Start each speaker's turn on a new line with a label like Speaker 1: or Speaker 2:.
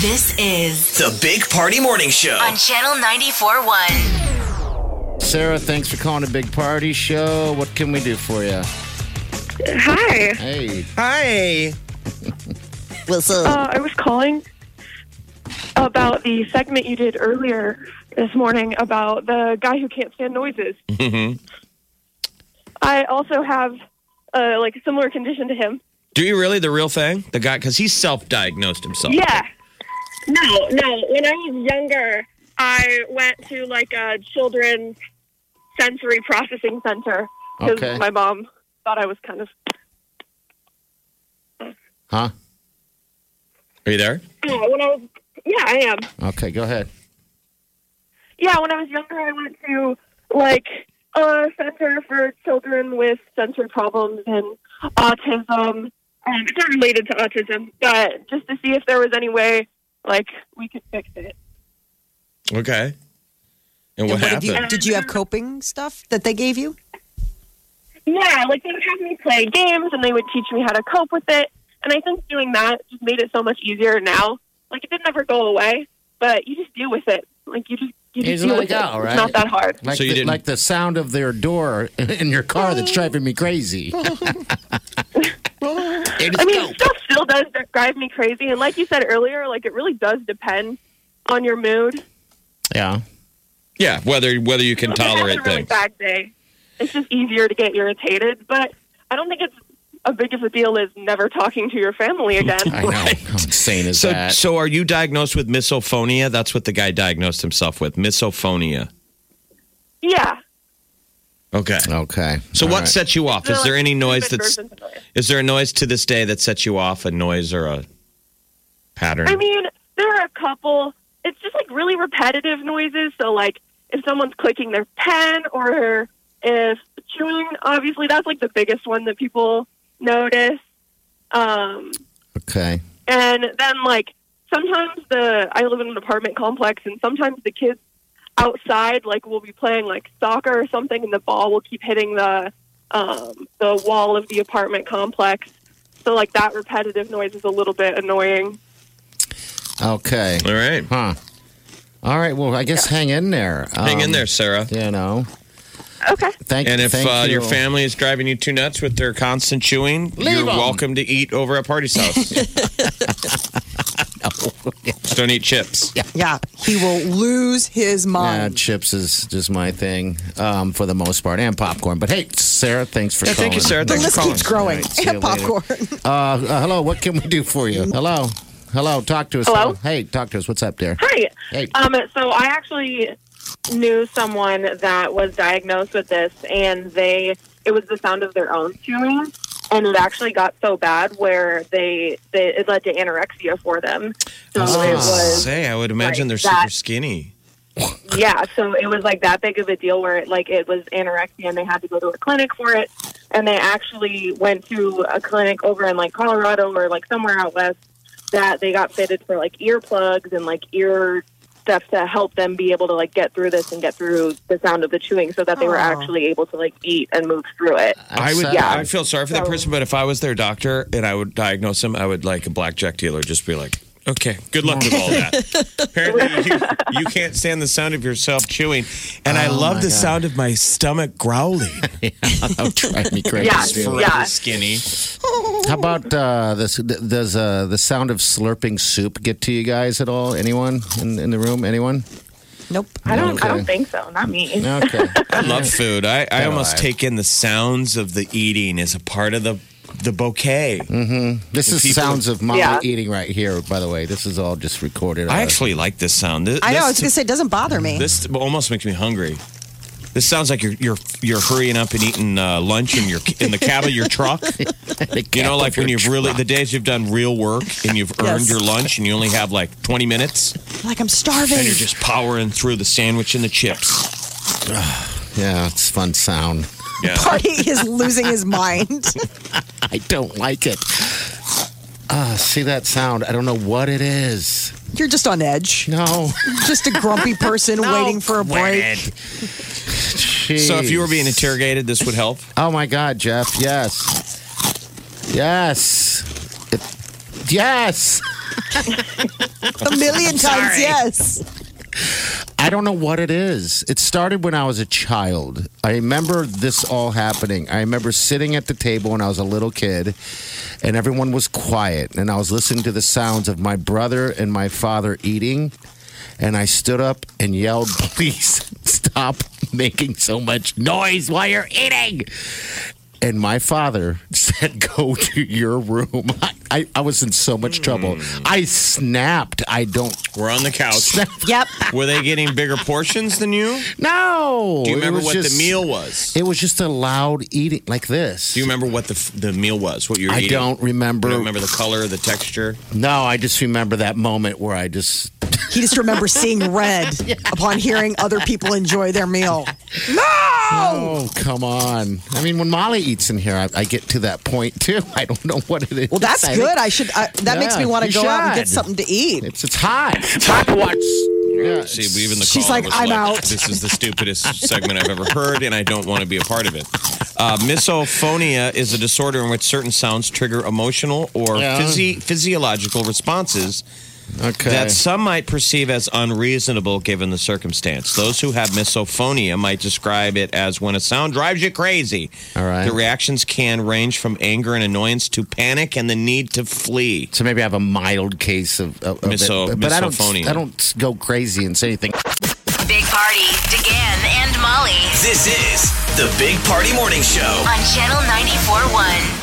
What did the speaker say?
Speaker 1: This is
Speaker 2: The Big Party Morning Show.
Speaker 1: on Channel 94.1.
Speaker 3: Sarah, thanks for calling a big party show. What can we do for you?
Speaker 4: Hi.
Speaker 3: Hey,
Speaker 2: Hi.
Speaker 3: what's up?
Speaker 4: Uh, I was calling about the segment you did earlier this morning about the guy who can't stand noises.
Speaker 3: Mm-hmm.
Speaker 4: I also have uh, like a similar condition to him.
Speaker 2: Do you really the real thing? The guy, because he self-diagnosed
Speaker 3: Oh.
Speaker 2: himself.
Speaker 4: Yeah. No, no. When I was younger, I went to like a children's sensory processing center because
Speaker 3: Okay.
Speaker 4: my mom thought I was kind of.
Speaker 3: Huh?
Speaker 2: Are you there?
Speaker 4: Yeah, when I was. Yeah, I am.
Speaker 3: Okay, go ahead.
Speaker 4: Yeah, when I was younger, I went to like a center for children with sensory problems and autism. Um, it's not related to autism, but just to see if there was any way like we could fix it.
Speaker 2: Okay. And what,
Speaker 5: And what did
Speaker 2: happened?
Speaker 5: you did you have coping stuff that they gave you?
Speaker 4: Yeah, like they would have me play games and they would teach me how to cope with it. And I think doing that just made it so much easier now. Like it didn't ever go away, but you just deal with it. Like you just
Speaker 3: You
Speaker 4: you
Speaker 3: just
Speaker 4: just deal
Speaker 3: let it
Speaker 4: with
Speaker 3: go,
Speaker 4: it.
Speaker 3: right?
Speaker 4: It's not that hard.
Speaker 3: Like,
Speaker 2: So you
Speaker 3: the,
Speaker 2: didn't- Oh.
Speaker 3: like the sound of their door in your car that's driving me crazy. It is
Speaker 4: I mean,
Speaker 3: dope.
Speaker 4: stuff still does drive me crazy, and like you said earlier, like it really does depend on your mood.
Speaker 3: yeah.
Speaker 2: yeah, whether whether you can
Speaker 4: If
Speaker 2: tolerate
Speaker 4: you're having a really
Speaker 2: things.
Speaker 4: bad day. It's just easier to get irritated, but I don't think it's as big of a deal as never talking to your family again.
Speaker 3: I know. How insane is
Speaker 2: So,
Speaker 3: that?
Speaker 2: so are you diagnosed with misophonia? That's what the guy diagnosed himself with. Misophonia.
Speaker 4: yeah.
Speaker 2: Okay.
Speaker 3: Okay.
Speaker 2: So
Speaker 3: All
Speaker 2: what
Speaker 3: right.
Speaker 2: sets you off? Is there any noise that's is there a noise to this day that sets you off? A noise or a pattern?
Speaker 4: I mean, there are a couple. It's just like really repetitive noises. So like if someone's clicking their pen or if chewing, obviously that's like the biggest one that people notice. Um,
Speaker 3: Okay.
Speaker 4: And then like sometimes the I live in an apartment complex and sometimes the kids outside like will be playing like soccer or something and the ball will keep hitting the um, the wall of the apartment complex. So like that repetitive noise is a little bit annoying.
Speaker 3: Okay.
Speaker 2: All right.
Speaker 3: Huh. All right. Well, I guess hang in there.
Speaker 2: Hang in
Speaker 3: Um,
Speaker 2: there, Sarah.
Speaker 3: You know.
Speaker 4: Okay.
Speaker 3: Thank
Speaker 2: And if
Speaker 3: thank
Speaker 2: uh,
Speaker 3: you.
Speaker 2: your family is driving you too nuts with their constant chewing, you're
Speaker 3: 'em.
Speaker 2: welcome to eat over at Party's house. Just don't eat chips.
Speaker 5: Yeah, he will lose his
Speaker 3: Yeah,
Speaker 5: mind.
Speaker 3: chips is just my thing um, for the most part, and popcorn. But hey, Sarah, thanks for
Speaker 2: Yeah,
Speaker 3: calling.
Speaker 2: thank you, Sarah.
Speaker 5: the
Speaker 2: Thanks
Speaker 5: list
Speaker 2: for calling.
Speaker 3: All
Speaker 5: keeps growing.
Speaker 3: right, see you
Speaker 5: and popcorn.
Speaker 3: Uh, uh, hello, what can we do for you? Hello, hello, talk to us.
Speaker 4: Hello?
Speaker 3: hey, talk to us. What's up there?
Speaker 4: Hi.
Speaker 3: Hey.
Speaker 4: Um,
Speaker 6: So I actually knew someone that was diagnosed with this, and they it was the sound of their own chewing, and it actually got so bad where they, they it led to anorexia for them. So
Speaker 3: Ah.
Speaker 2: Ah.
Speaker 6: it was
Speaker 2: Say, I would imagine
Speaker 6: Right,
Speaker 2: they're
Speaker 6: that-
Speaker 2: super skinny.
Speaker 6: yeah, so it was like that big of a deal where it like it was anorexia, and they had to go to a clinic for it, and they actually went to a clinic over in like Colorado or like somewhere out west that they got fitted for like earplugs and like ear stuff to help them be able to like get through this and get through the sound of the chewing so that they were
Speaker 5: Aw.
Speaker 6: actually able to like eat and move through it.
Speaker 2: I would.
Speaker 3: Upset.
Speaker 6: Yeah.
Speaker 2: I feel sorry for that person, but if I was their doctor and I would diagnose them, I would like a blackjack dealer. Just be like, okay, good luck with all that. Apparently, you, you can't stand the sound of yourself chewing, and I
Speaker 3: Oh,
Speaker 2: love
Speaker 3: my
Speaker 2: the
Speaker 3: God.
Speaker 2: sound of my stomach growling.
Speaker 3: That would drive Oh, me crazy.
Speaker 6: Yeah.
Speaker 3: Sarah.
Speaker 2: Forever skinny.
Speaker 3: How about uh, this? th- Does uh, the sound of slurping soup get to you guys at all? Anyone in, in the room? Anyone?
Speaker 5: Nope.
Speaker 6: I don't I
Speaker 3: Okay.
Speaker 6: don't think so, not me.
Speaker 3: Okay.
Speaker 2: I love food. I, I almost
Speaker 3: alive.
Speaker 2: take in the sounds of the eating as a part of the the bouquet.
Speaker 3: This is
Speaker 2: People-
Speaker 3: sounds of mommy
Speaker 6: Yeah.
Speaker 3: eating right here. By the way, this is all just recorded.
Speaker 2: I
Speaker 3: Uh,
Speaker 2: actually like this sound. This,
Speaker 5: I know. I was
Speaker 2: This,
Speaker 5: gonna say it doesn't bother me.
Speaker 2: this almost makes me hungry. This sounds like you're you're you're hurrying up and eating uh, lunch in your in the cab of your truck. You know, like when you've really the days you've done real work and you've earned
Speaker 5: Yes.
Speaker 2: your lunch and you only have like 20 minutes
Speaker 5: Like I'm starving.
Speaker 2: and you're just powering through the sandwich and the chips.
Speaker 3: Uh, Yeah, it's fun sound.
Speaker 2: Yeah.
Speaker 5: Party is losing his mind.
Speaker 3: I don't like it. Ah, see that sound? I don't know what it is.
Speaker 5: You're just on edge.
Speaker 3: No.
Speaker 5: Just a grumpy person waiting for a break.
Speaker 2: So if you were being
Speaker 3: Jeez.
Speaker 2: interrogated, this would help.
Speaker 3: Oh my God, Jeff. Yes. Yes. It- yes.
Speaker 5: A million times, yes.
Speaker 3: I don't know what it is. It started when I was a child. I remember this all happening. I remember sitting at the table when I was a little kid and everyone was quiet and I was listening to the sounds of my brother and my father eating and I stood up and yelled, "Please stop making so much noise while you're eating." And my father said, Go to your room. I, I, I was in so much trouble. I snapped. I don't.
Speaker 2: We're on the couch.
Speaker 5: Yep.
Speaker 2: Were they getting bigger portions than you?
Speaker 3: No.
Speaker 2: Do you
Speaker 3: It
Speaker 2: remember
Speaker 3: was
Speaker 2: what the
Speaker 3: just-
Speaker 2: meal was?
Speaker 3: It was just a loud eating like this.
Speaker 2: Do you remember what the f- the meal was? What you were
Speaker 3: I
Speaker 2: eating?
Speaker 3: don't remember.
Speaker 2: You don't remember the color, the texture.
Speaker 3: No, I just remember that moment where I just
Speaker 5: He just remembers seeing red upon hearing other people enjoy their meal.
Speaker 3: oh come on. I mean, when Molly eats in here, I, I get to that point too. I don't know what it is.
Speaker 5: Well, that's
Speaker 3: I
Speaker 5: good. I should. I, that makes me
Speaker 3: Yeah,
Speaker 5: want to
Speaker 3: you
Speaker 5: go out and
Speaker 3: should.
Speaker 5: get something to eat.
Speaker 3: It's it's hot. It's hot to watch. Yeah,
Speaker 2: See, even the
Speaker 5: She's
Speaker 2: caller
Speaker 5: like,
Speaker 2: was
Speaker 5: "I'm out."
Speaker 2: This is the stupidest segment I've ever heard, and I don't want to be a part of it. Uh, misophonia is a disorder in which certain sounds trigger emotional or
Speaker 3: Yeah.
Speaker 2: physi- physiological responses
Speaker 3: okay.
Speaker 2: that some might perceive as unreasonable given the circumstance. Those who have misophonia might describe it as when a sound drives you crazy.
Speaker 3: All right.
Speaker 2: The reactions can range from anger and annoyance to panic and the need to flee.
Speaker 3: so maybe I have a mild case of, of, of
Speaker 2: Miso-
Speaker 3: it, but I don't
Speaker 2: misophonia.
Speaker 3: I don't go crazy and say anything.
Speaker 1: Big Party, DeGan and Molly
Speaker 7: This is the Big Party Morning Show.
Speaker 1: on Channel 94.1.